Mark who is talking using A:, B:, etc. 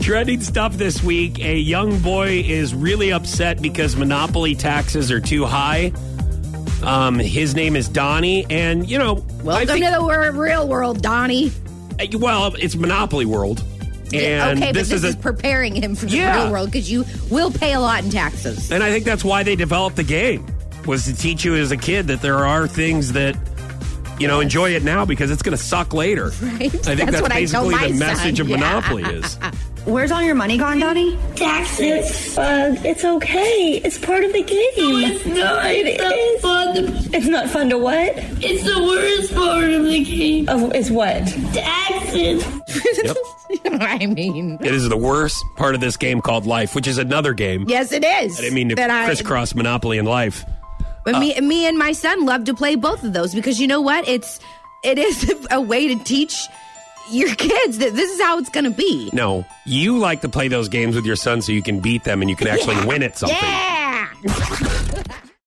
A: Trending stuff this week. A young boy is really upset because monopoly taxes are too high. Um, his name is Donnie, and you know, I
B: Welcome
A: think-
B: to the wor- real world, Donnie.
A: Uh, well, it's Monopoly World, and
B: okay,
A: this
B: but
A: is
B: this is,
A: a,
B: preparing him for the
A: Yeah.
B: real world because you will pay a lot in taxes.
A: and I think that's why they developed the game was to teach you as a kid that there are things that you know enjoy it now because it's going to suck later. Right. I think that's,
B: That's what I tell
A: basically
B: my
A: the message
B: son.
A: of
B: Yeah.
A: Monopoly is.
C: Where's all your money gone, Donnie?
D: Taxes. Fun. It's okay. It's part of the game.
E: It's not.
D: It
E: It's not
D: is.
E: fun.
D: It's not fun to what?
E: It's the worst part of the game.
D: Of is what?
E: Taxes.
B: you know what I mean?
A: It is the worst part of this game called life, which is another game.
B: Yes, it is.
A: I didn't mean to
B: That I-
A: crisscross Monopoly and life.
B: But me, me and my son love to play both of those because you know what? It's it is a way to teach your kids that this is how it's going to be.
A: No, you like to play those games with your son so you can beat them and you can actually win at something.
B: Yeah.